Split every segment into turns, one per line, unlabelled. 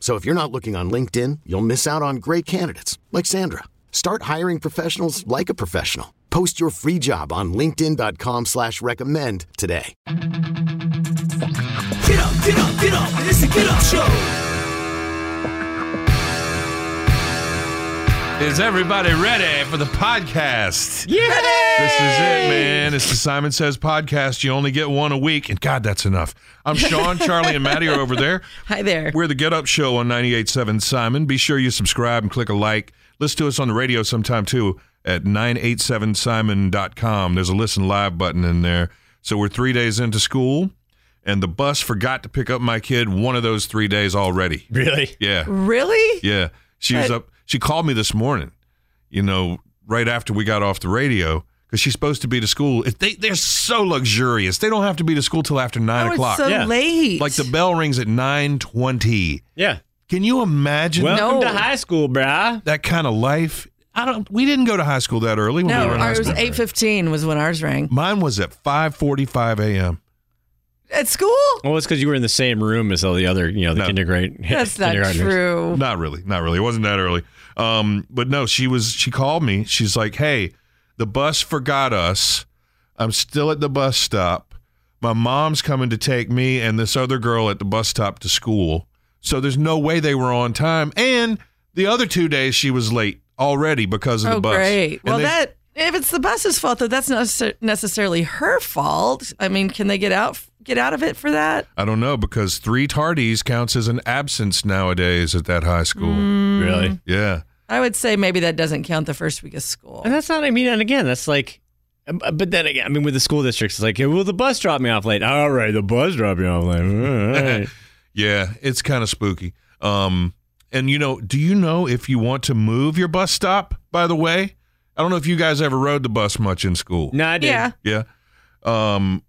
So if you're not looking on LinkedIn, you'll miss out on great candidates like Sandra. Start hiring professionals like a professional. Post your free job on linkedin.com slash recommend today.
Get up, get up, get up. It's a get up show.
Is everybody ready for the podcast? Yeah! This is it, man. It's the Simon Says podcast. You only get one a week, and God, that's enough. I'm Sean, Charlie, and Maddie are over there.
Hi there.
We're the Get Up Show on 98.7 Simon. Be sure you subscribe and click a like. Listen to us on the radio sometime too at 987simon.com. There's a listen live button in there. So we're three days into school, and the bus forgot to pick up my kid one of those three days already.
Really?
Yeah.
Really?
Yeah. She was up. She called me this morning, you know, right after we got off the radio because she's supposed to be to school. If They, they're so luxurious. They don't have to be to school till after nine
oh,
o'clock.
it's so
Yeah.
late.
Like the bell rings at 920.
Yeah.
Can you imagine
Welcome
No.
to high school, brah.
that kind of life? I don't, we didn't go to high school that early when we
no,
were in high
ours was
school.
eight fifteen was when ours rang
Mine was at 5.45 a.m.
at school.
Oh,
Well, it's because you were in the same room as all the other, you know, the
No.
kindergarten.
That's not
kindergartners.
true.
Not really. Not really. It wasn't that early. Um, but no, she was. She called me. She's like, "Hey, the bus forgot us. I'm still at the bus stop. My mom's coming to take me and this other girl at the bus stop to school. So there's no way they were on time. And the other two days she was late already because of
Oh,
the bus.
great.
And
well,
they-
that if it's the bus's fault, though, that's not necessar- necessarily her fault. I mean, can they get out get out of it for that?
I don't know because three tardies counts as an absence nowadays at that high school.
Mm.
Really?
Yeah.
I would say maybe that doesn't count the first week of school.
And that's not, I mean, and again, that's like, uh, but then again, I mean, with the school districts, it's like, will the bus drop me off late? All right, the bus dropped me off late. All right.
Yeah, it's kind of spooky. Um, and you know, do you know if you want to move your bus stop? By the way, I don't know if you guys ever rode the bus much in school.
no, I did.
Yeah.
Yeah. Um,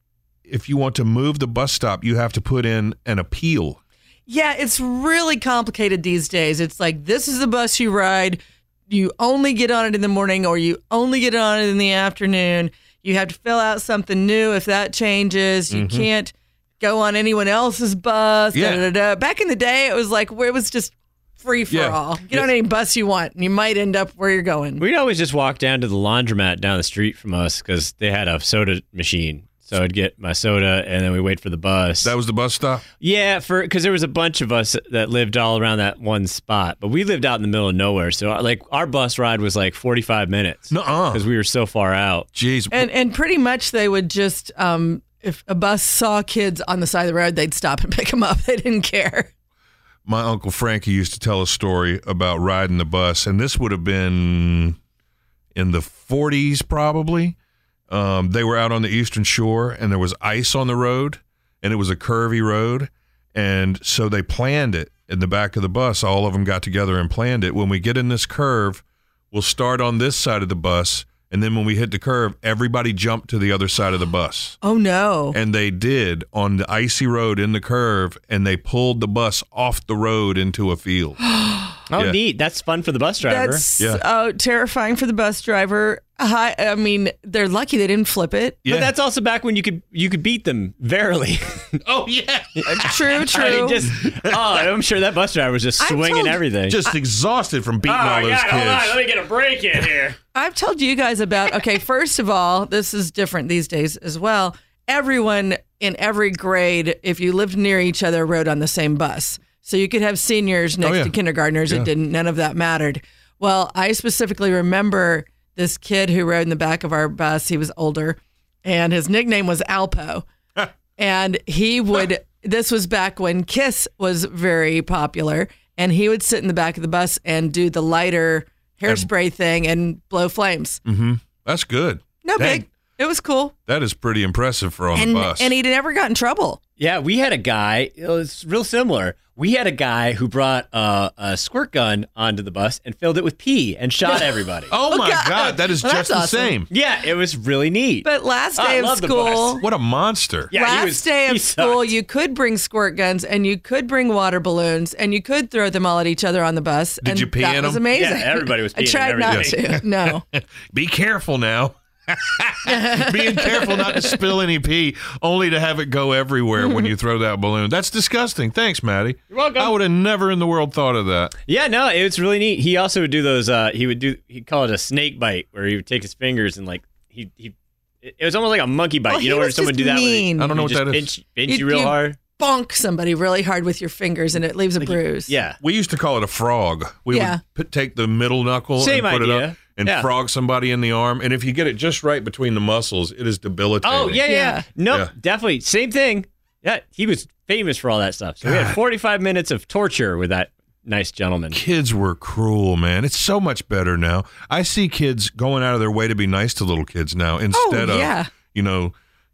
if you want to move the bus stop, you have to put in an appeal.
Yeah, it's really complicated these days. It's like this is the bus you ride. You only get on it in the morning or you only get on it in the afternoon. You have to fill out something new if that changes. You can't go on anyone else's bus.
Yeah.
Da, da, da. Back in the day, it was like where it was just free for
Yeah.
all. Get on any bus you want and you might end up where you're going.
We'd always just walk down to the laundromat down the street from us because they had a soda machine. So I'd get my soda and then we wait for the bus.
That was the bus stop.
Yeah, for because there was a bunch of us that lived all around that one spot, but we lived out in the middle of nowhere. So uh, like our bus ride was like forty five minutes
Nuh-uh.
because we were so far out.
Jeez.
and and pretty much they would just um, if a bus saw kids on the side of the road, they'd stop and pick them up. They didn't care.
my uncle Frankie used to tell a story about riding the bus, and this would have been in the 40s probably. Um, they were out on the eastern shore, and there was ice on the road, and it was a curvy road, and so they planned it in the back of the bus. All of them got together and planned it. When we get in this curve, we'll start on this side of the bus, and then when we hit the curve, everybody jump to the other side of the bus
Oh no.
and they did on the icy road in the curve and they pulled the bus off the road into a field
Oh,
Yeah.
neat! That's fun for the bus driver.
That's
Yeah.
uh, terrifying for the bus driver. Hi, I mean, they're lucky they didn't flip it.
Yeah.
But that's also back when you could you could beat them verily.
oh yeah
True, true.
I mean, just oh, I'm sure that bus driver was just
I'm
swinging
told-
everything.
just exhausted from beating all those kids
me get a break in here.
I've told you guys about. Okay, first of all, this is different these days as well. Everyone in every grade, if you lived near each other, rode on the same bus. So you could have seniors next
Oh, yeah.
to kindergartners.
Yeah.
It didn't. None of that mattered. Well, I specifically remember this kid who rode in the back of our bus. He was older, and his nickname was Alpo. and he would, this was back when Kiss was very popular, and he would sit in the back of the bus and do the lighter hairspray thing and blow flames.
That's good.
No
Mm, Dang,
big. It was cool.
That is pretty impressive for on
And,
the bus.
and he never got in trouble.
Yeah, we had a guy. It was real similar. We had a guy who brought uh, a squirt gun onto the bus and filled it with pee and shot everybody.
oh my
God.
god. that is
Well,
just
that's
the
awesome.
same.
Yeah, it was really neat.
But last
I
day of
love the bus.
school,
What a monster.
Yeah, he
last
was-
day
he
of school,
sucked.
you could bring squirt guns and you could bring water balloons and you could throw them all at each other on the bus.
Did
and
you pee
that
in
was
them?
amazing.
Yeah, everybody was
I
peeing in
tried not
everything.
to. No.
Be careful now. Being careful not to spill any pee, only to have it go everywhere when you throw that balloon. That's disgusting. Thanks, Maddie. You're
welcome.
I would have never in the world thought of that.
yeah, no, it was really neat. He also would do those. Uh, he would do. He'd call it a snake bite, where he would take his fingers and like he he. It it was almost like a monkey bite.
Well,
you know,
Oh, he
where
was
someone
just
do that. when they-
mean.
I don't know
they
what that
just
is.
Pinch, pinch
You-
you real
you-
hard.
Bonk somebody really hard with your fingers and it leaves a bruise.
Yeah.
We used to call it a frog. We
Yeah.
would p- take the middle knuckle
Same
and put it
idea.
up and
Yeah.
frog somebody in the arm. And if you get it just right between the muscles, it is debilitating.
Oh yeah, yeah.
Yeah.
No,
Yeah.
definitely same thing. Yeah, he was famous for all that stuff. So we had 45 minutes of torture with that nice gentleman.
Kids were cruel, man. It's so much better now. I see kids going out of their way to be nice to little kids now instead
Oh, yeah.
of, you know,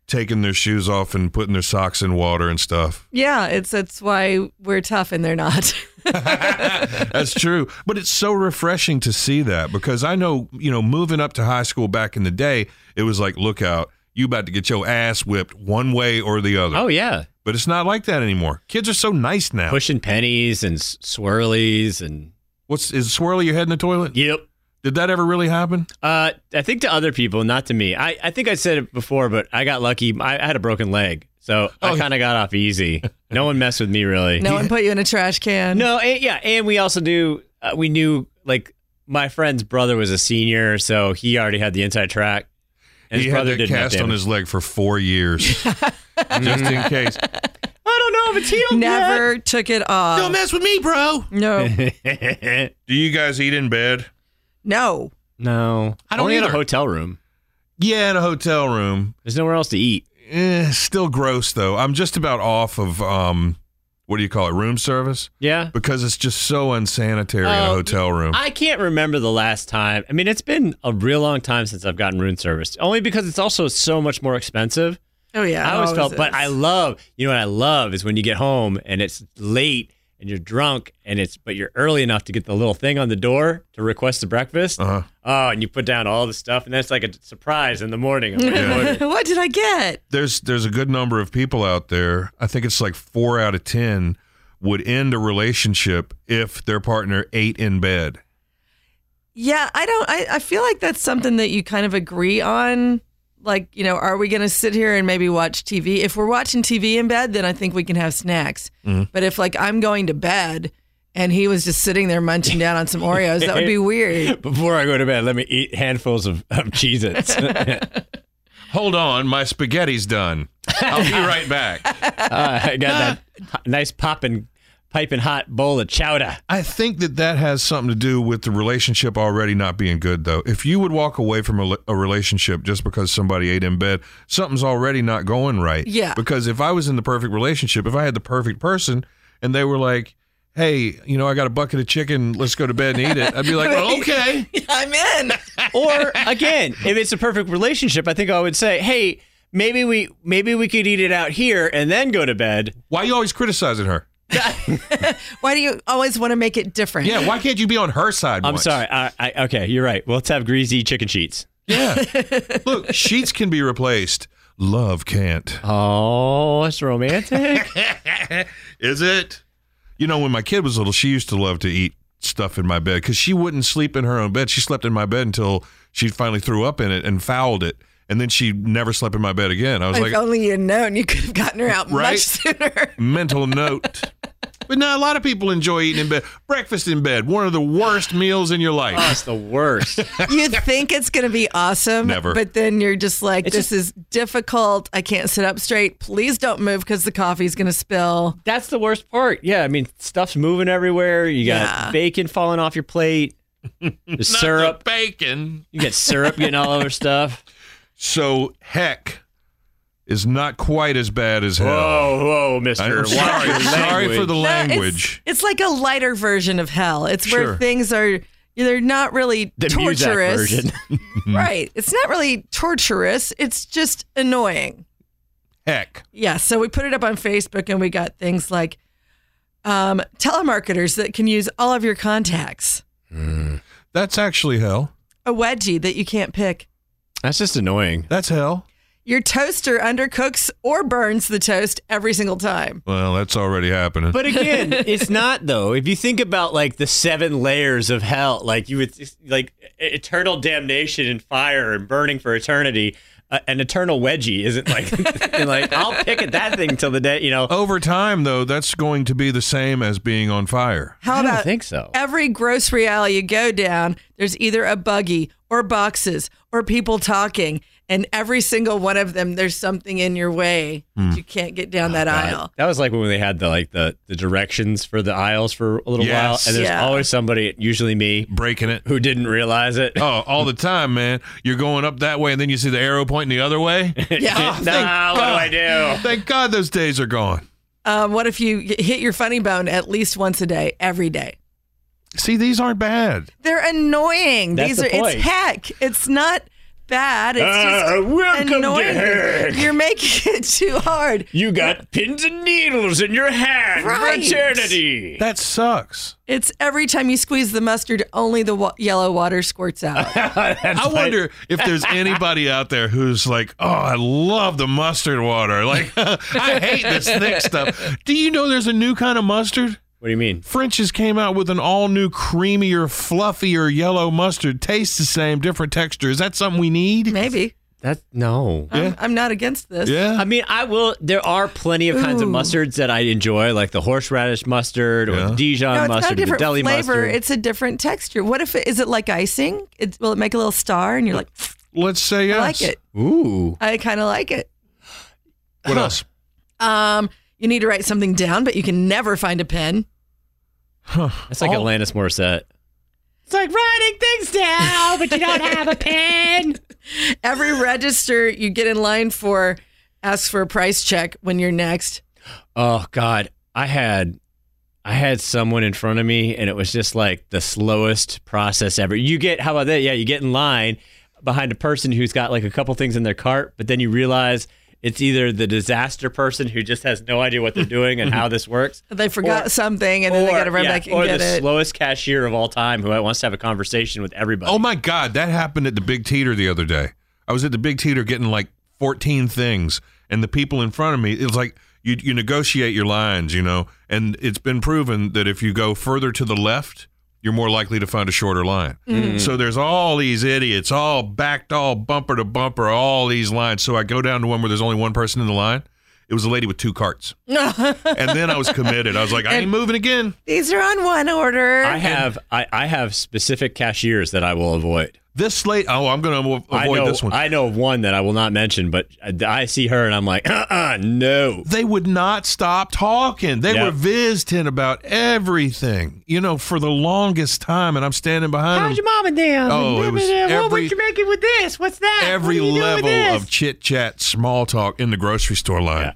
taking their shoes off and putting their socks in water and stuff.
Yeah, it's that's why we're tough and they're not.
That's true. But it's so refreshing to see that because I know, you know, moving up to high school back in the day, it was like, look out, you about to get your ass whipped one way or the other.
Oh yeah,
But it's not like that anymore. Kids are so nice now.
pushing pennies and s- swirlies and
What's is swirly your head in the toilet?
yep.
Did that ever really happen?
Uh, I think to other people, not to me. I, I think I said it before, but I got lucky. I, I had a broken leg, so
Oh.
I kind of got off easy. No one messed with me really.
no one put you in a trash can.
No, and, yeah, and we also knew uh, we knew like my friend's brother was a senior, so he already had the inside track. And
he
his
had
brother
that
didn't have
cast on
damage.
his leg for four years, just in case.
I don't know if it's healed
Never took it off.
Don't mess with me, bro.
no.
yet.
Do you guys eat in bed?
No.
no,
I don't
Only in a
either.
hotel room.
Yeah, in a hotel room.
There's nowhere else to eat.
Eh, still gross though. I'm just about off of um, what do you call it, room service?
Yeah,
Because it's just so unsanitary in a
Oh,
hotel room.
I can't remember the last time. I mean, it's been a real long time since I've gotten room service, only because it's also so much more expensive.
Oh yeah.
I always
it
felt, but
is.
I love, you know what I love is when you get home and it's late and you're drunk and it's, but you're early enough to get the little thing on the door to request the breakfast.
Uh-huh.
Oh, and you put down all the stuff and that's like a surprise in the morning. I'm like, "Morning."
what did I get?
there's there's a good number of people out there. I think it's like four out of ten would end a relationship if their partner ate in bed.
Yeah, I don't. I, I feel like that's something that you kind of agree on. Like, you know, are we going to sit here and maybe watch TV? If we're watching TV in bed, then I think we can have snacks.
Mm-hmm.
But if, like, I'm going to bed and he was just sitting there munching down on some Oreos, that would be weird.
Before I go to bed, let me eat handfuls of, of Uh, Cheez Its.
Hold on, my spaghetti's done. I'll be right back.
I got that nice popping, piping hot bowl of chowder.
I think that that has something to do with the relationship already not being good, though. If you would walk away from a, a relationship just because somebody ate in bed, something's already not going right.
Yeah.
Because if I was in the perfect relationship, if I had the perfect person and they were like, hey, you know, I got a bucket of chicken, let's go to bed and eat it, I'd be like, okay.
I'm in.
or again, if it's a perfect relationship, I think I would say, hey, maybe we maybe we could eat it out here and then go to bed.
Why are you always criticizing her?
Why do you always want to make it different?
Yeah, why can't you be on her side?
I'm
once?
sorry. I, I, okay, you're right. Well, let's have greasy chicken sheets.
Yeah. Look, sheets can be replaced. Love can't.
Oh, it's romantic.
Is it? You know, when my kid was little, she used to love to eat stuff in my bed because she wouldn't sleep in her own bed. She slept in my bed until she finally threw up in it and fouled it, and then she never slept in my bed again. I was
If
like,
only you'd known, you could have gotten her out
Right?
much sooner.
mental note. But now a lot of people enjoy eating in bed. Breakfast in bed, one of the worst meals in your life.
That's the worst.
you think it's going to be awesome,
Never.
But then you're just like,
It's
this is difficult. I can't sit up straight. Please don't move because the coffee's going to spill.
That's the worst part. Yeah, I mean, stuff's moving everywhere. You got
Yeah.
bacon falling off your plate. The
Not the
syrup.
bacon.
You get syrup getting all over stuff.
So heck is not quite as bad as hell.
Whoa, whoa,
I'm
mister. Watch
sorry,
your
sorry for the
language.
No, it's-
language.
It's, like a lighter version of hell. It's
Sure.
where things are they're not really
The Muzak
torturous.
version.
Mm-hmm.
right. It's not really torturous. It's just annoying.
Heck.
Yeah, so we put it up on Facebook and we got things like um, telemarketers that can use all of your contacts.
That's actually hell.
A wedgie that you can't pick.
That's just annoying.
That's hell.
Your toaster undercooks or burns the toast every single time.
Well, that's already happening.
But again, it's not though. If you think about like the seven layers of hell, like you would like e- eternal damnation and fire and burning for eternity, uh, an eternal wedgie isn't like and, like I'll pick at that thing till the day, you know.
Oh,
Over time, though, that's going to be the same as being on fire.
How
I don't
about
think so.
every grocery aisle you go down, there's either a buggy or boxes or people talking, and every single one of them, there's something in your way
Hmm.
that you can't get down that aisle.
That was like when they had the like the, the directions for the aisles for a little while,
Yes.
and there's
Yeah.
always somebody, usually me,
Breaking it.
who didn't realize it.
Oh, all the time, man. You're going up that way, and then you see the arrow pointing the other way.
nah, what do I do?
Thank God those days are gone.
Um, what if you get- hit your funny bone at least once a day, every day?
See, these aren't bad.
They're annoying.
That's
These
the
are
point.
it's heck. It's not bad. It's
Ah,
just
welcome to
annoying.
heck.
You're making it too hard.
You got pins and needles in your hand
Right.
for eternity.
That sucks.
It's every time you squeeze the mustard, only the wa- yellow water squirts out.
I wonder if there's anybody out there who's like, "Oh, I love the mustard water. Like, I hate this thick stuff." Do you know there's a new kind of mustard?
What do you mean?
French's came out with an all new creamier, fluffier yellow mustard. Tastes the same, different texture. Is that something we need?
Maybe.
That no.
Yeah.
I'm, I'm not against this.
Yeah.
I mean, I will. There are plenty of kinds of
Ooh.
mustards that I enjoy, like the horseradish mustard or
Yeah.
the Dijon
No, it's not a
mustard, or the
different
deli
flavor.
mustard.
It's a different texture. What if it is it like icing? It, will it make a little star? And you're like,
Let's say yes.
I like it.
Ooh,
I kind of like it.
What else?
Um, you need to write something down, but you can never find a pen.
that's like
All-
Alanis Morissette.
It's like writing things down, but you don't have a pen. Every register you get in line for asks for a price check when you're next.
Oh God, I had, I had someone in front of me, and it was just like the slowest process ever. You get how about that? Yeah, you get in line behind a person who's got like a couple things in their cart, but then you realize it's either the disaster person who just has no idea what they're doing and how this works,
They forgot
Or-
something and then they got to run
yeah,
back and
or
get
the
it.
slowest cashier of all time who wants to have a conversation with everybody.
Oh my God, that happened at the Big Teeter the other day. I was at the Big Teeter getting like 14 things, and the people in front of me, it was like you, you negotiate your lines, you know, and it's been proven that if you go further to the left, you're more likely to find a shorter line.
Mm.
So there's all these idiots, all backed, all bumper to bumper, all these lines. So I go down to one where there's only one person in the line. It was a lady with two carts. and then I was committed. I was like, I ain't moving again.
These are on one order.
I have I, I have specific cashiers that I will avoid.
This slate, oh, I'm going to
I
avoid
know
this one.
I know of one that I will not mention, but I, I see her and I'm like, uh, uh no.
they would not stop talking. They
Yeah.
were visiting about everything, you know, for the longest time. And I'm standing behind them.
mom and dad?
Oh, it was every-
making with this? What's that?
Every level of chit chat, small talk in the grocery store line.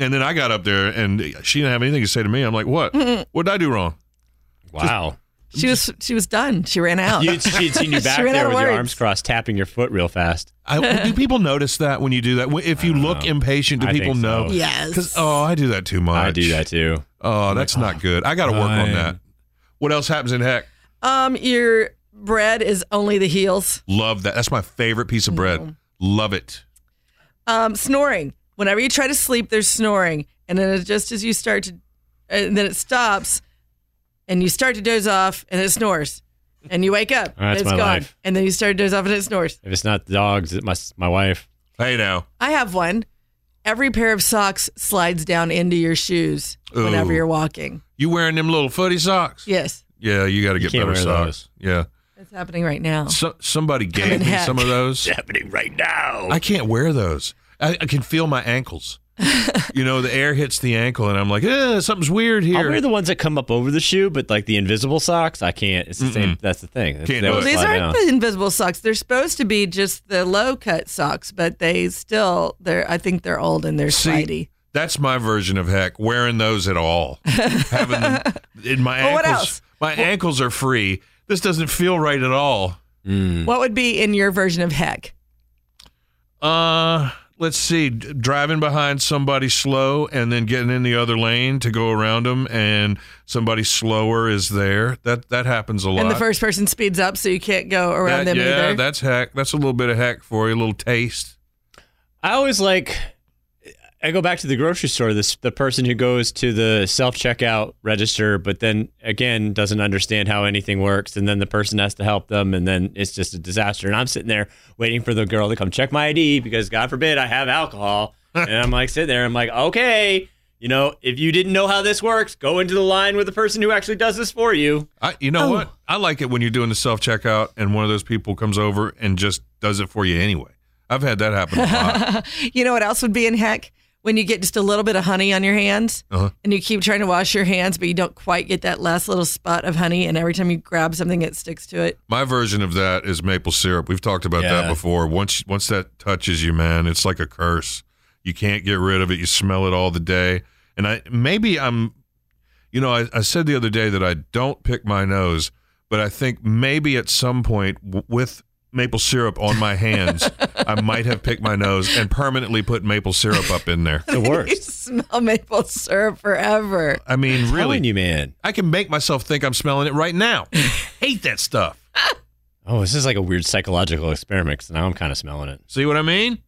And then I got up there and she didn't have anything to say to me. I'm like, what? what did I do wrong?
wow.
she was she was done. She ran out.
You, she'd seen you back
Oh. She ran out
there
of
with your
words.
arms crossed, tapping your foot real fast.
I, do people notice that when you do that? If you look impatient, do
I
people
think so.
know?
yes.
Oh, I do that too much.
I do that too.
Oh, that's not good. I got to work on
Fine.
that. What else happens in heck?
Um, your bread is only the heels.
Love that. That's my favorite piece of bread. Love it.
Um, snoring. Whenever you try to sleep, there's snoring, and then it, just as you start to, and then it stops, and you start to doze off, and it snores, and you wake up,
That's
and it's
my
gone,
life.
and then you start to doze off, and it snores.
If it's not the dogs, it must my wife.
Hey now.
I have one. Every pair of socks slides down into your shoes whenever
Ooh.
you're walking.
You wearing them little footy socks?
Yes,
Yeah, you got to
You
get
can't
better
wear
socks. Yeah.
it's happening right now.
So, somebody
in
gave me
heck.
some of those.
happening right now.
I can't wear those. I, I can feel my ankles. you know, the air hits the ankle, and I'm like, eh, something's weird
I'll
here.
wear the ones that come up over the shoe, but like the invisible socks, I can't. It's the same. That's the thing. That's-
Can't
they
do
Well,
always
it.
these
slide
aren't
down.
the invisible socks. They're supposed to be just the low cut socks, but they still they're I think they're old and they're
See,
slidey.
That's my version of heck. Wearing those at all, having them in my
Well,
ankles.
what else?
My ankles are free. This doesn't feel right at all. mm.
What would be in your version of heck?
Uh, let's see. d- Driving behind somebody slow and then getting in the other lane to go around them, and somebody slower is there. That that happens a lot.
And the first person speeds up so you can't go around
That-
them
yeah,
either.
that's heck. That's a little bit of heck for you, a little taste.
I always like. I go back to the grocery store. This the person who goes to the self checkout register, but then again doesn't understand how anything works, and then the person has to help them, and then it's just a disaster. And I'm sitting there waiting for the girl to come check my ID because God forbid I have alcohol, and I'm like sitting there. I'm like, okay, you know, if you didn't know how this works, go into the line with the person who actually does this for you.
I, you know
Oh.
what? I like it when you're doing the self checkout and one of those people comes over and just does it for you anyway. I've had that happen a lot.
You know what else would be in heck? When you get just a little bit of honey on your hands
Uh-huh.
and you keep trying to wash your hands, but you don't quite get that last little spot of honey. And every time you grab something, it sticks to it.
My version of that is maple syrup. We've talked about that
Yeah.
before. Once once that touches you, man, it's like a curse. You can't get rid of it. You smell it all the day. And I maybe I'm you know, I, I said the other day that I don't pick my nose, but I think maybe at some point w- with maple syrup on my hands, I might have picked my nose and permanently put maple syrup up in there.
The
You
worst.
smell maple syrup forever.
I mean, really,
Telling you man.
I can make myself think I'm smelling it right now. Hate that stuff.
Oh, this is like a weird psychological experiment. 'cause now I'm kind of smelling it.
See what I mean?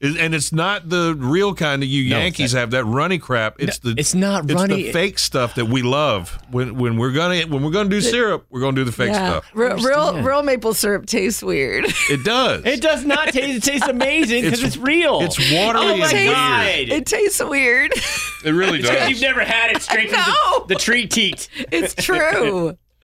Is- And it's not the real kind that you
No,
Yankees
it's
have that runny crap. It's
No,
the
it's not runny.
the fake stuff that we love. When when we're gonna when we're gonna do syrup, we're gonna do the fake stuff.
Re- real,
Understand.
real maple syrup tastes weird.
It does.
It does not taste. It tastes amazing because it's, real.
It's watery
Oh my
and weird.
God.
It tastes weird.
It really
Because
does.
you've never had it straight from
No.
the, the tree teat.
It's true.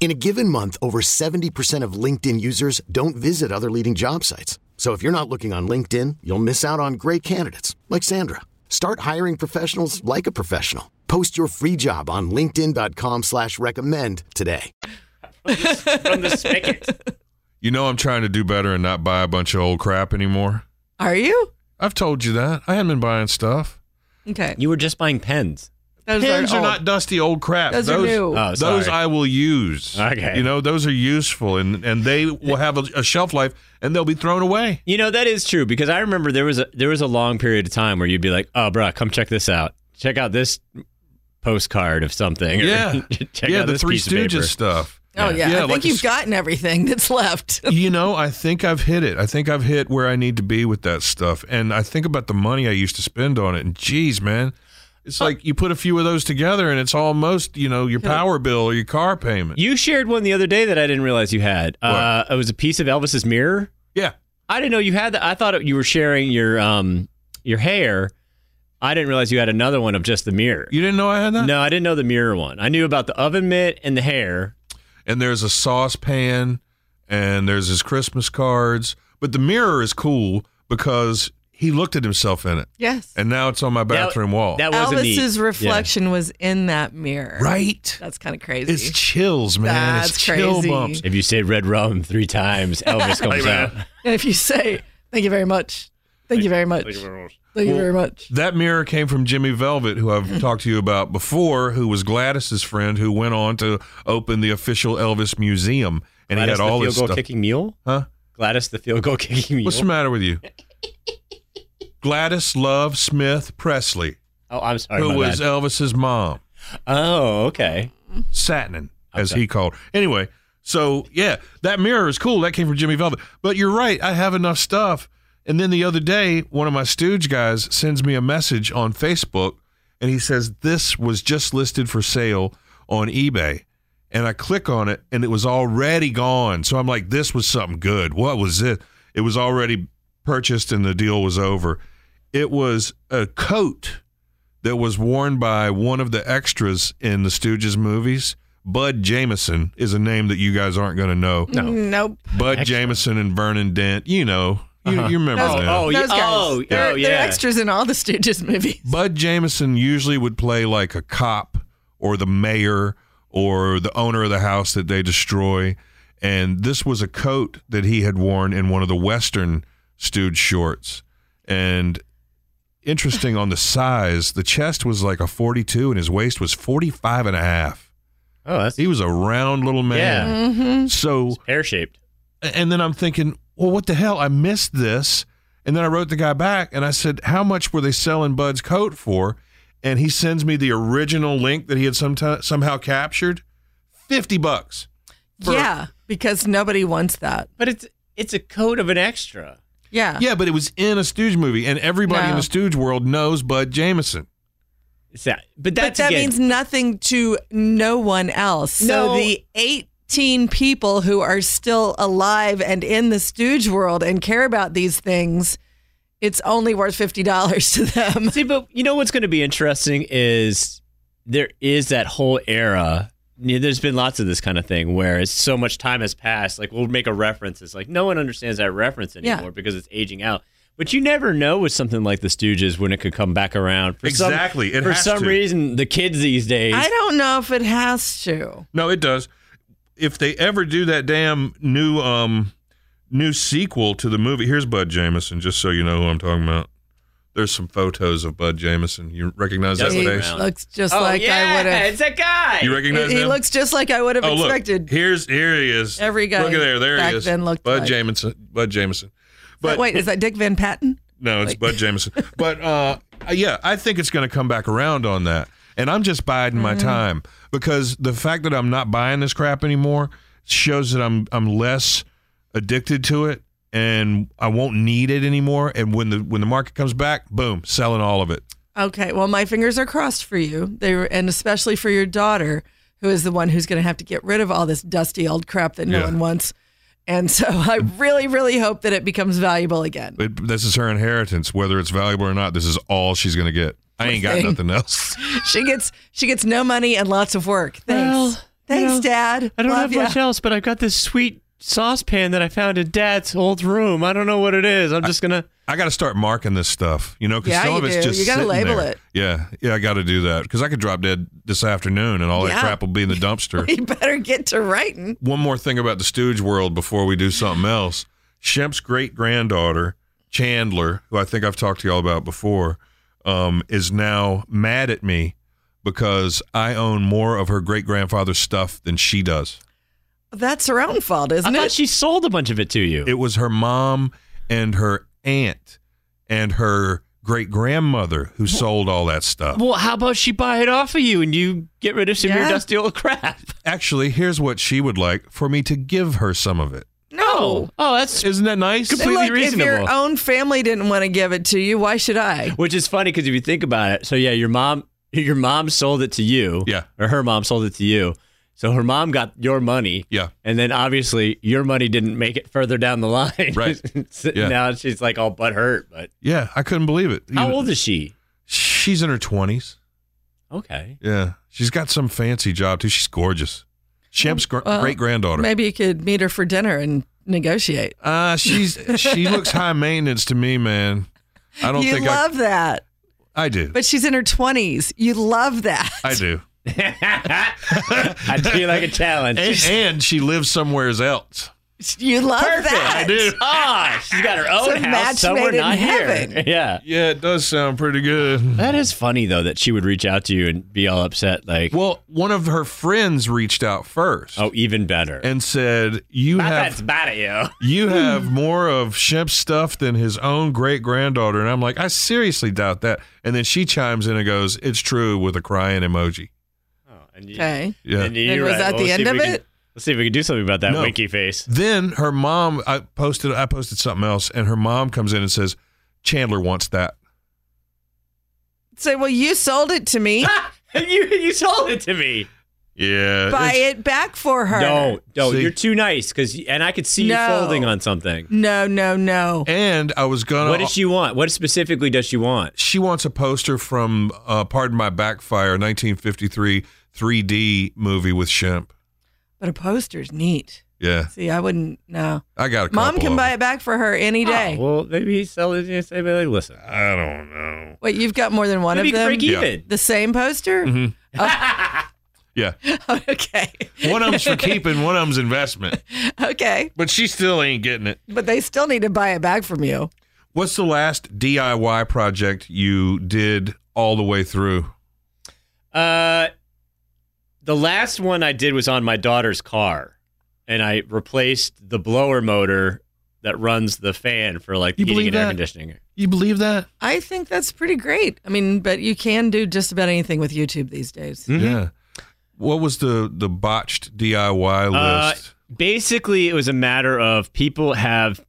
In a given month, over 70% of LinkedIn users don't visit other leading job sites. So if you're not looking on LinkedIn, you'll miss out on great candidates like Sandra. Start hiring professionals like a professional. Post your free job on linkedin.com/recommend slash recommend today.
From the spigot.
You know I'm trying to do better and not buy a bunch of old crap anymore.
Are you?
I've told you that. I haven't been buying stuff.
Okay.
You were just buying pens.
Those
Pins are
old.
not dusty old crap.
Those are new.
Oh, sorry.
those uh, I will use.
Okay.
You know, those are useful and, and they will have a, a shelf life and they'll be thrown away.
You know that is true because I remember there was a there was a long period of time where you'd be like, "Oh, bruh, come check this out. Check out this postcard of something." or
Yeah.
check
yeah,
out
the
this
Three
piece of paper.
Stooges stuff.
Oh yeah, I think
like a
you've
s-
gotten everything that's left.
you know, I think I've hit it. I think I've hit where I need to be with that stuff. And I think about the money I used to spend on it. And geez, man, it's like you put a few of those together and it's almost, you know, your power bill or your car payment.
You shared one the other day that I didn't realize you had.
What?
Uh, it was a piece of Elvis's mirror.
yeah.
I didn't know you had that. I thought you were sharing your um your hair I didn't realize you had another one of just the mirror.
You didn't know I had that?
No, I didn't know the mirror one. I knew about the oven mitt and the hair.
And there's a saucepan and there's his Christmas cards. But the mirror is cool because he looked at himself in it.
Yes.
And now it's on my bathroom wall.
That was a neat-
Elvis's
yeah.
reflection was in that mirror.
right?
That's kind of crazy.
It's chills, man. it's
That's
chill
crazy.
bumps.
If you say red rum three times, Elvis comes
man.
out.
and if you say, thank you very much. Thank you very much. Thank you
Well,
very much.
That mirror came from Jimmy Velvet, who I've talked to you about before, who was Gladys's friend, who went on to open the official Elvis Museum, and
Gladys
he had all
the
his
field goal
stuff.
kicking mule.
Huh?
Gladys the field goal kicking mule.
What's the matter with you? Gladys Love Smith Presley,
oh, I'm sorry.
who
my
was uh,
bad.
Elvis's mom,
Oh, okay.
Satnin, as he called. her. Anyway, so yeah, that mirror is cool. That came from Jimmy Velvet. But you're right, I have enough stuff. And then the other day, one of my stooge guys sends me a message on Facebook, and he says this was just listed for sale on eBay. And I click on it, and it was already gone. So I'm like, this was something good. What was it? It was already purchased, and the deal was over. It was a coat that was worn by one of the extras in the Stooges movies. Bud Jameson is a name that you guys aren't going to know.
Mm, Nope.
Bud
Extra.
Jameson and Vernon Dent, you know, you, you remember
Those-
them.
Oh, yeah.
Those guys.
Oh,
they're,
oh,
They're
yeah.
extras in all the Stooges movies.
Bud Jameson usually would play like a cop or the mayor or the owner of the house that they destroy. And this was a coat that he had worn in one of the Western Stooge shorts. And interesting on the size, the chest was like a 42 and his waist was 45 and a half.
Oh, that's
He was a round little man.
yeah.
So,
Pear shaped.
and then I'm thinking, well, what the hell? I missed this. And then I wrote the guy back and I said, how much were they selling Bud's coat for? And he sends me the original link that he had sometime, somehow captured 50 bucks.
yeah, because nobody wants that.
But it's it's a coat of an extra.
Yeah.
Yeah, but it was in a Stooge movie and everybody in
No.
the Stooge world knows Bud Jameson.
It's that.
But
But that's
that
again-
means nothing to no one else.
No.
So the 18 people who are still alive and in the Stooge world and care about these things, it's only worth $50 to them.
See, but you know what's going to be interesting is there is that whole era. you know, There's been lots of this kind of thing where it's so much time has passed. Like we'll make a reference. It's like no one understands that reference
Yeah.
anymore because it's aging out. But you never know with something like the Stooges when it could come back around. For some-
Exactly. It
for
has
some
to.
reason, the kids these days.
I don't know if it has to.
No, it does. If they ever do that damn new um new sequel to the movie, here's Bud Jameson, just so you know who I'm talking about. There's some photos of Bud Jameson. You recognize that
Does he?
face?
Brown.
looks just
oh
like
yeah,
I would have.
it's a guy.
You recognize
He
him?
looks just like I would have
oh, look.
expected.
Here's here he is.
Every guy
Look at there, there
back
he is.
then looked
Bud
like.
Jameson. Bud Jameson. But
But wait, is that Dick Van Patten?
No, it's
Like-
Bud Jameson. But uh, yeah, I think it's going to come back around on that. And I'm just biding
Mm-hmm.
my time because the fact that I'm not buying this crap anymore shows that I'm I'm less addicted to it and I won't need it anymore. And when the when the market comes back, boom, selling all of it.
Okay. Well, my fingers are crossed for you. They were, and especially for your daughter, who is the one who's going to have to get rid of all this dusty old crap that no
Yeah.
one wants. And so I really, really hope that it becomes valuable again.
it. This is her inheritance, whether it's valuable or not. This is all she's going to get. I ain't got
Okay.
nothing else.
She gets she gets no money and lots of work. Thanks.
Well,
Thanks,
you know,
Dad.
I don't
Love
have much
ya.
else, but I've got this sweet saucepan that I found in Dad's old room. I don't know what it is. I'm just gonna.
I got to start marking this stuff, you know, because
Yeah,
some
you
of it's
do.
just
You gotta
sitting
label
there.
it.
Yeah, yeah, I got to do that because I could drop dead this afternoon, and all that
Yeah.
crap will be in the dumpster.
You better get to writing.
One more thing about the Stooge world before we do something else. Shemp's great granddaughter Chandler, who I think I've talked to y'all about before, um, is now mad at me because I own more of her great grandfather's stuff than she does.
That's her own fault,
I
isn't
thought
it?
she sold a bunch of it to you.
It was her mom and her aunt and her great grandmother who sold all that stuff.
Well, how about she buy it off of you and you get rid of some of your
Yeah.
dusty old crap?
Actually, here's what she would like for me to give her some of it.
no.
Oh, that's
Isn't that nice?
Completely
Look, if um,
reasonable.
your own family didn't want to give it to you, why should I?
which is funny because if you think about it, so yeah, your mom, your mom sold it to you.
Yeah.
or her mom sold it to you. So her mom got your money.
Yeah.
and then obviously your money didn't make it further down the line.
Right.
So
Yeah.
Now she's like all butt hurt. But
Yeah, I couldn't believe it.
how old is she?
she's in her twenties.
Okay.
Yeah, she's got some fancy job too. She's gorgeous. Shemp's gr-
Well,
great granddaughter.
Maybe you could meet her for dinner and negotiate.
Uh, she's she looks high maintenance to me, man. I don't
you
think
love that.
I, I do.
But she's in her 20s. You love that.
I do.
I feel like a challenge.
And, and she lives somewhere else.
You love
Perfect.
that.
I do.
Ah, she's got her own
a
house
match
somewhere
made in
not here.
heaven.
Yeah.
Yeah, it does sound pretty good.
That is funny though that she would reach out to you and be all upset like,
Well, one of her friends reached out first
"Oh, even better."
and said, "You
Not
have
that's bad at you.
you have more of Shemp's stuff than his own great granddaughter." And I'm like, "I seriously doubt that." And then she chimes in and goes, "It's true," with a crying emoji.
Oh, And you,
Okay.
Yeah.
and you-
Then
you're
was
right.
that
Well,
the
let's see
end
if
of
we can-
it?
let's see if we can do something about that
No.
winky face.
Then her mom, I posted, I posted something else, and her mom comes in and says, "Chandler wants that."
Say, well, you sold it to me.
you you sold it to me.
Yeah,
Buy
it's-
it back for her.
No, no,
See-
you're too nice because and I could see you
No.
folding on something.
No, no, no.
And I was gonna.
What does she want? What specifically does she want?
She wants a poster from uh, "Pardon My Backfire" 1953 3D movie with Shemp.
But a poster's neat.
Yeah,
See, I wouldn't. No.
I got a
Mom
couple
can
of
buy
them.
it back for her any day.
Oh, well, maybe he sold it to you and say, "Baby, listen,
I don't know.
Wait, you've got more than one
maybe
of them?
break
Yeah.
even."
The same poster?
Mm-hmm. Yeah,
okay.
one of them's for keeping, one of them's investment.
Okay.
But she still ain't getting it.
But they still need to buy it back from you.
What's the last DIY project you did all the way through?
Uh, the last one I did was on my daughter's car, and I replaced the blower motor that runs the fan for like the
You
heating
believe
and air
that?
conditioning.
You believe that?
I think that's pretty great. I mean, but you can do just about anything with YouTube these days.
Yeah. What was the the botched DIY
Uh,
list?
basically, it was a matter of people have,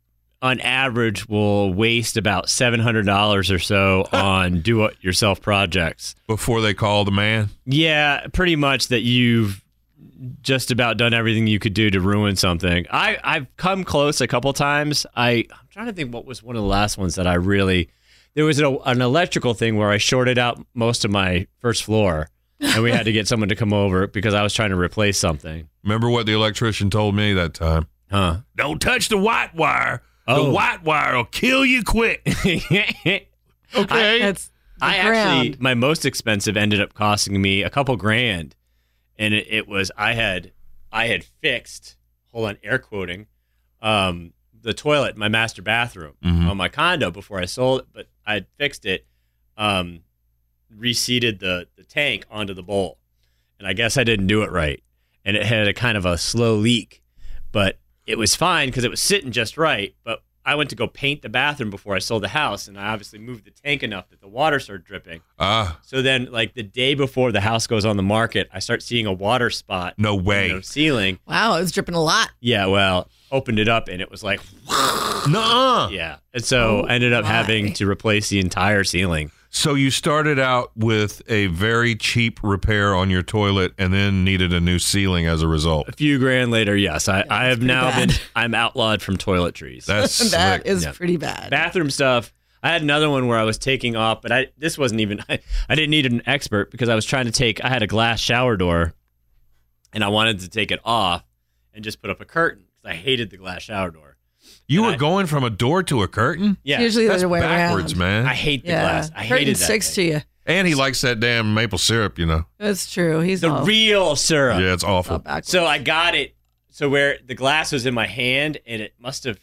on average, will waste about seven hundred dollars or so on do-it-yourself projects.
before they called the man.
Yeah, pretty much that you've just about done everything you could do to ruin something. I, I've come close a couple times. I, I'm trying to think what was one of the last ones that I really. There was a, an electrical thing where I shorted out most of my first floor, and we had to get someone to come over because I was trying to replace something.
Remember what the electrician told me that time?
Huh?
Don't touch the white wire.
Oh.
white wire will kill you quick.
I
Okay.
That's the
actually,
ground.
my most expensive ended up costing me a couple grand, and it, it was I had I had fixed. Hold on, air quoting. um, the toilet, in my master bathroom
Mhm.
on my condo before I sold it, but I had fixed it, um, reseated the, the tank onto the bowl. And I guess I didn't do it right. And it had a kind of a slow leak, but it was fine because it was sitting just right. But I went to go paint the bathroom before I sold the house, and I obviously moved the tank enough that the water started dripping.
Ah,
So then, like the day before the house goes on the market, I start seeing a water spot
no
in
way.
the ceiling.
Wow, it was dripping a lot.
Yeah, well, opened it up and it was like
Nuh-uh.
yeah. And so
Oh,
I ended up
my.
having to replace the entire ceiling.
So you started out with a very cheap repair on your toilet and then needed a new ceiling as a result.
A few grand later, yes, I, I have now
bad.
been I'm outlawed from toiletries.
That's slick.
That is
Yeah.
pretty bad.
Bathroom stuff. I had another one where I was taking off, but I this wasn't even I, I didn't need an expert because I was trying to take I had a glass shower door and I wanted to take it off and just put up a curtain because I hated the glass shower door.
you
and
were
I-
going from a door to a curtain?
Yeah.
Usually the
That's
other way
backwards,
around.
man.
I hate the
yeah.
glass. I
Curtain
hated that.
sticks
thing.
to you.
and he likes that damn maple syrup, you know.
That's true. He's
The
all,
real syrup.
Yeah, it's
it's all
awful.
backwards.
So I got it. So where the glass was in my hand, and it must have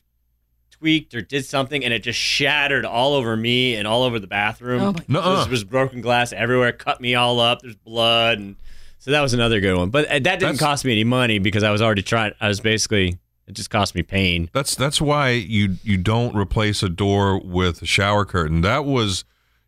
tweaked or did something, and it just shattered all over me and all over the bathroom.
Oh my
Nuh-uh.
This was broken glass everywhere. Cut me all up. There's blood, and so that was another good one. But uh, that didn't
That's-
cost me any money because I was already trying. I was basically it just cost me pain.
That's that's why you you don't replace a door with a shower curtain. That was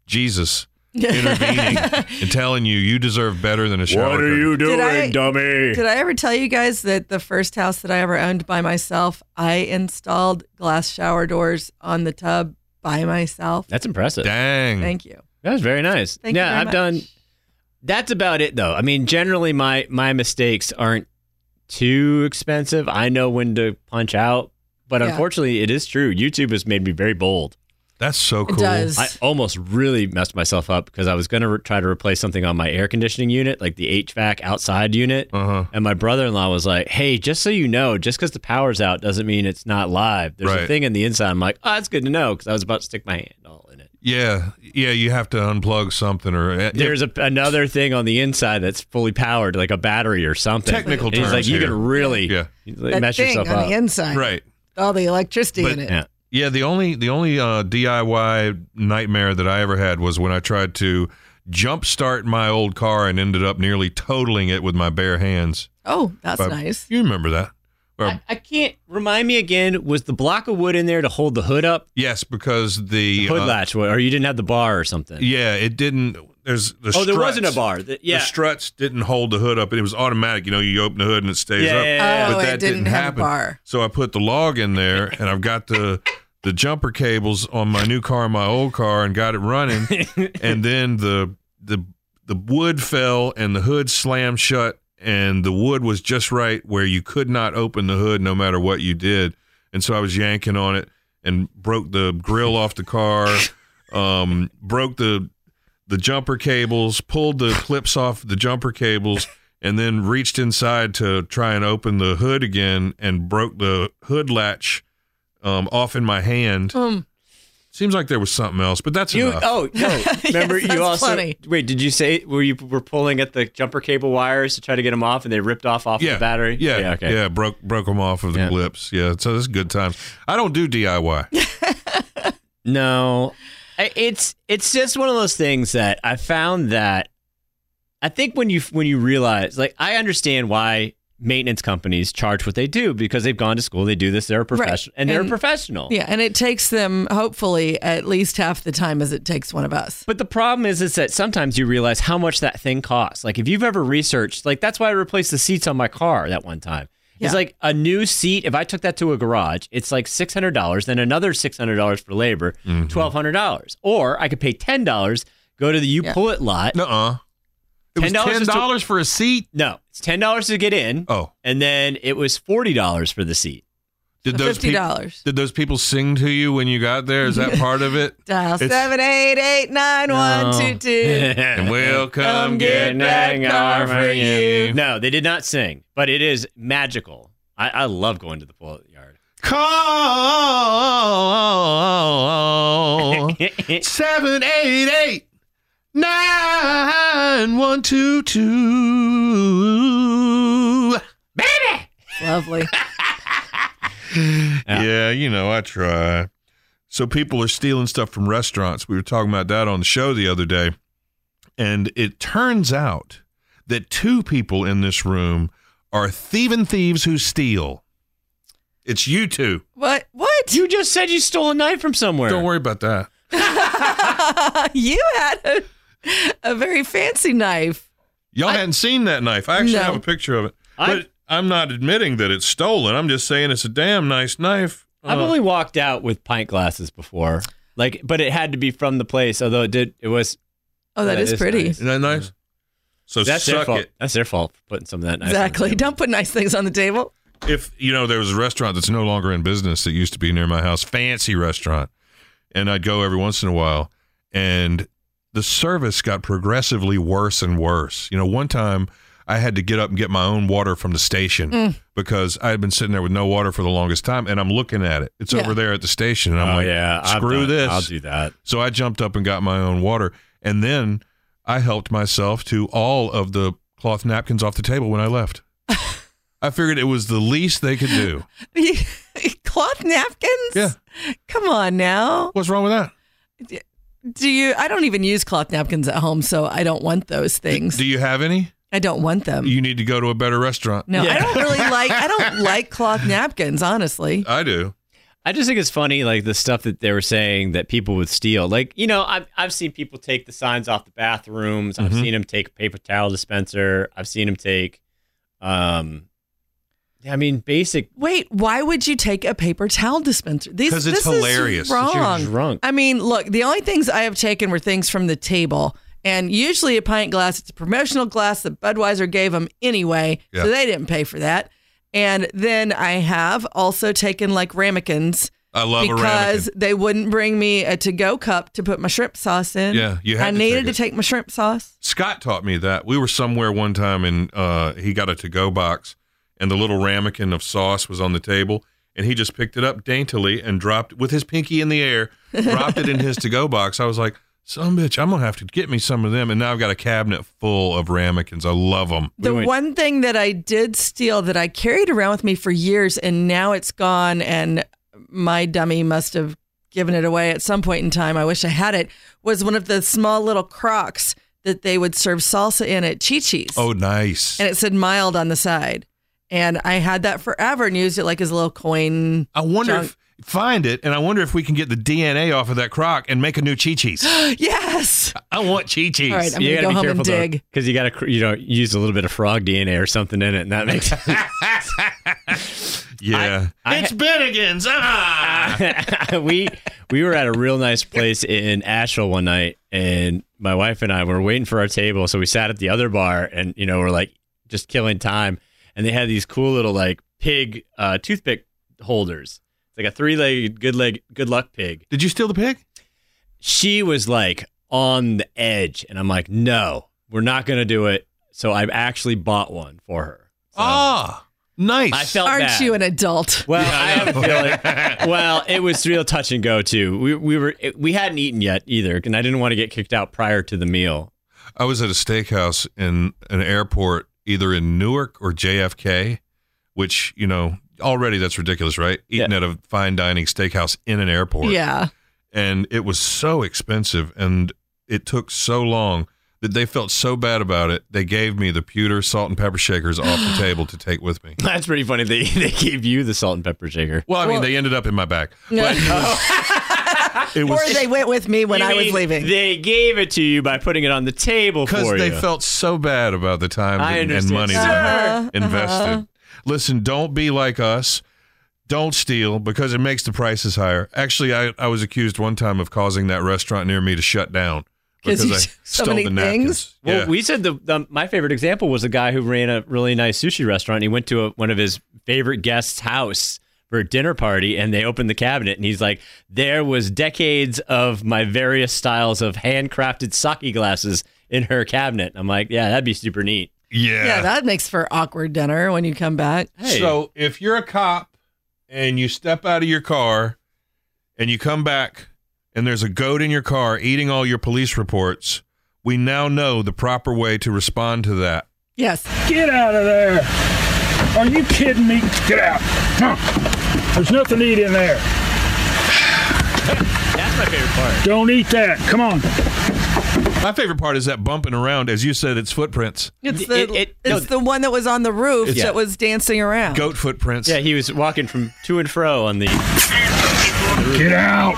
Jesus intervening and telling you you deserve better than a shower curtain.
Did I-
dummy?
Did I ever tell you guys that the first house that I ever owned by myself, I installed glass shower doors on the tub by myself?
That's impressive.
Dang.
Thank you.
That was very nice.
Thank you
yeah,
very
I've
much.
done. That's about it, though. I mean, generally, my my mistakes aren't too expensive. I know when to punch out, but
Yeah.
unfortunately, it is true. YouTube has made me very bold.
That's so cool.
It does.
I almost really messed myself up because I was going to re- try to replace something on my air conditioning unit, like the HVAC outside unit.
Uh-huh.
And my brother in law was like, hey, just so you know, just because the power's out doesn't mean it's not live. There's
Right.
a thing in the inside. I'm like, oh, that's good to know because I was about to stick my hand all in it.
Yeah, yeah. You have to unplug something or eh,
There's a, another thing on the inside that's fully powered, like a battery or something.
Technical
and he's
terms
like, you
here.
can really
Yeah.
like,
That
mess
thing
yourself
on
up.
the inside,
right.
All the electricity
But-
in it.
Yeah.
Yeah, the only the only uh, DIY nightmare that I ever had was when I tried to jump start my old car and ended up nearly totaling it with my bare hands.
Oh, that's
But-
nice.
You remember that? Or-
I, I can't remind me again. Was the block of wood in there to hold the hood up?
yes, because the
hood
uh,
latch, or you didn't have the bar or something?
Yeah, it didn't. There's the
oh, there
struts-
wasn't a bar. The- yeah.
The struts didn't hold the hood up, and it was automatic. You know, you open the hood and it stays
Yeah,
up.
yeah, yeah.
Oh,
but
it
that
didn't, have
happen.
a bar.
So I put the log in there, and I've got the the jumper cables on my new car and my old car, and got it running.
Oh,
and then the the the wood fell, and the hood slammed shut, and the wood was just right where you could not open the hood no matter what you did. And so I was yanking on it and broke the grill off the car, um, broke the the jumper cables, pulled the clips off the jumper cables, and then reached inside to try and open the hood again and broke the hood latch um, off in my hand.
Um,
Seems like there was something else, but that's
You
enough.
oh no! Remember
Yes, that's
you also
funny.
wait. Did you say were you were pulling at the jumper cable wires to try to get them off, and they ripped off off
yeah,
the battery?
Yeah, yeah,
okay.
broke broke them off of the
Yeah.
clips. Yeah, so this is good times. I don't do DIY.
No, I- it's it's just one of those things that I found that I think when you when you realize like I understand why maintenance companies charge what they do because they've gone to school, they do this, they're a professional, and they're a
And-
professional.
yeah, and it takes them hopefully at least half the time as it takes one of us.
But the problem is, is that sometimes you realize how much that thing costs. Like if you've ever researched, like that's why I replaced the seats on my car that one time. It's
Yeah.
like a new seat. If I took that to a garage, it's like six hundred dollars. Then another six hundred dollars for labor, hundred dollars. Or I could pay ten dollars, go to the you pull it lot.
Nuh uh. It was
$10
ten
is to-
dollars for a seat.
No, it's ten dollars to get in,
Oh,
and then it was forty dollars for the seat.
did those
Fifty
people?
dollars.
Did those people sing to you when you got there? Is that part of it?
Dial
It's-
seven eight eight nine one two two.
Uh-huh. And we'll come get
get
that
that car
car for
for
you.
No, they did not sing, but it is magical. I, I love going to the pull yard.
Call seven eight eight nine one two two.
Lovely.
Yeah.
Yeah, you know I try. So people are stealing stuff from restaurants. We were talking about that on the show the other day, and it turns out that two people in this room are thieving thieves who steal. It's you two.
What? What?
You just said you stole a knife from somewhere.
Don't worry about that.
you had a, a very fancy knife.
Y'all hadn't seen that knife. I actually
No.
have a picture of it.
I-
but I'm not admitting that it's stolen. I'm just saying it's a damn nice knife.
I've
Uh,
only walked out with pint glasses before. Like, but it had to be from the place. Although it did, it was.
Oh, that
That
is
is
pretty.
nice.
isn't that nice? So
That's their
suck
fault.
it.
That's their fault for putting some of that. Knife on the
Exactly.
table.
Don't put nice things on the table.
if you know there was a restaurant that's no longer in business that used to be near my house fancy restaurant and i'd go every once in a while and the service got progressively worse and worse you know one time i had to get up and get my own water from the station
Mm.
because i had been sitting there with no water for the longest time and i'm looking at it it's
Yeah.
over there at the station and i'm
oh
like
yeah. I've
screw
done-
this
I'll do that.
so I jumped up and got my own water. And then I helped myself to all of the cloth napkins off the table when I left. I figured it was the least they could do.
Cloth napkins?
Yeah.
Come on now.
What's wrong with that?
Do you? I don't even use cloth napkins at home, so I don't want those things.
Do you have any?
I don't want them.
You need to go to a better restaurant.
no,
Yeah.
I don't really like. I don't like cloth napkins, honestly.
I do.
I just think it's funny, like the stuff that they were saying that people would steal. Like, you know, I've, I've seen people take the signs off the bathrooms. I've seen them take a paper towel dispenser. I've seen them take, um, I mean, basic.
Wait, why would you take a paper towel dispenser? These-
'Cause it's
this is
hilarious that
you're
wrong.
drunk.
I mean, look, the only things I have taken were things from the table, and usually a pint glass. It's a promotional glass that Budweiser gave them anyway,
Yeah.
so they didn't pay for that. And then I have also taken like ramekins
I love a
because
ramekin.
they wouldn't bring me a to-go cup to put my shrimp sauce in.
Yeah, you had
I
to
needed
take
to
it.
take my shrimp sauce.
Scott taught me that. We were somewhere one time and uh, he got a to go box and the little ramekin of sauce was on the table and he just picked it up daintily and dropped with his pinky in the air, dropped it in his to go box. I was like, some bitch, I'm going to have to get me some of them. And now I've got a cabinet full of ramekins. I love them.
We
the
went-
one thing that I did steal that I carried around with me for years and now it's gone and my dummy must have given it away at some point in time. I wish I had it. Was one of the small little crocs that they would serve salsa in at Chi Chi's.
Oh, nice.
And it said mild on the side. And I had that forever and used it like as a little coin.
I wonder
junk.
if find it, and I wonder if we can get the DNA off of that croc and make a new chi chis.
Yes.
I want chi chis.
All right, I'm going to go home and dig.
because you got to you know use a little bit of frog DNA or something in it, and that makes.
yeah,
I-
it's Bennigan's. Ah!
we we were at a real nice place in Asheville one night, and my wife and I were waiting for our table, so we sat at the other bar, and you know we're like just killing time, and they had these cool little like pig uh, toothpick holders, It's like a three-legged good leg good luck pig.
Did you steal the pig?
She was like on the edge, and I'm like, no, we're not gonna do it. So I actually bought one for her. So
Ah, nice.
I felt
Aren't
bad.
you an adult?
Well, I have a feeling. Well, it was real touch and go too. We we were it- we hadn't eaten yet either, and I didn't want to get kicked out prior to the meal.
I was at a steakhouse in an airport, either in Newark or JFK, which you know already that's ridiculous, right? Eating at a fine dining steakhouse in an airport.
Yeah.
and it was so expensive and it took so long that they felt so bad about it they gave me the pewter salt and pepper shakers off the table to take with me
That's pretty funny. They they gave you the salt and pepper shaker.
well i mean
Well-
they ended up in my back but it was, it was
or they went with me when
You
I was
mean
leaving.
they gave it to you by putting it on the table
because
for
they
you.
felt so bad about the time
I
and, and
understand.
money
Uh-huh,
that I invested listen don't be like us don't steal because it makes the prices higher actually I, I was accused one time of causing that restaurant near me to shut down
'Cause
because
you
i
took so
stole
many
the
things?
napkins
well,
Yeah.
we said the, the my favorite example was a guy who ran a really nice sushi restaurant. He went to a, one of his favorite guests' house for a dinner party, and they opened the cabinet, and he's like, "There was decades of my various styles of handcrafted sake glasses in her cabinet." I'm like, "Yeah, that'd be super neat."
yeah, that makes for awkward dinner when you come back.
Hey,
So if you're a cop and you step out of your car and you come back and there's a goat in your car eating all your police reports, we now know the proper way to respond to that.
Yes.
Get out of there. Are you kidding me? Get out. Huh. There's nothing to eat in there.
that's my favorite part.
Don't eat that. Come on.
My favorite part is that bumping around, as you said, it's footprints,
It's
It-
the,
it- it-
it's the
no.
one that was on the roof
It's-
that was dancing around.
goat footprints.
Yeah, he was walking from to and fro on the.
Get out.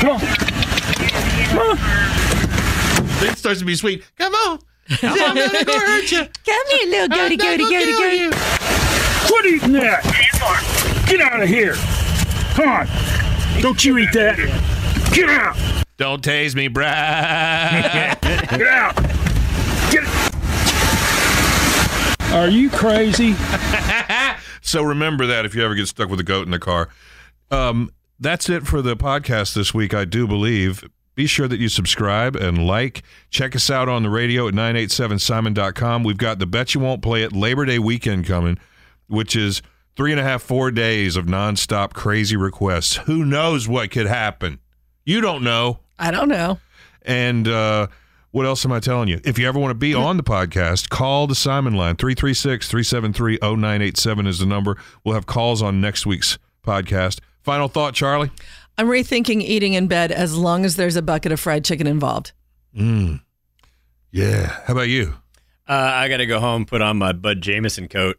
Come on.
It starts to be sweet. Come on. I'm gonna go hurt you.
Come here, little goaty, goaty, goaty, goaty.
Quit eating that. Get out of here. Come on. Don't you eat that. Get out.
Don't tase me, Brad.
Get out. Get Are you crazy?
So remember that if you ever get stuck with a goat in the car. Um, that's it for the podcast this week, I do believe. Be sure that you subscribe and like. Check us out on the radio at 987simon.com. We've got the Bet You Won't Play It Labor Day weekend coming, which is three and a half, four days of nonstop crazy requests. Who knows what could happen? You don't know.
I don't know.
And uh, what else am I telling you? If you ever want to be on the podcast, call the Simon line 336 373 0987 is the number. We'll have calls on next week's podcast. Final thought, Charlie?
I'm rethinking eating in bed as long as there's a bucket of fried chicken involved.
Yeah. How about you?
Uh, I gotta go home, put on my Bud Jameson coat.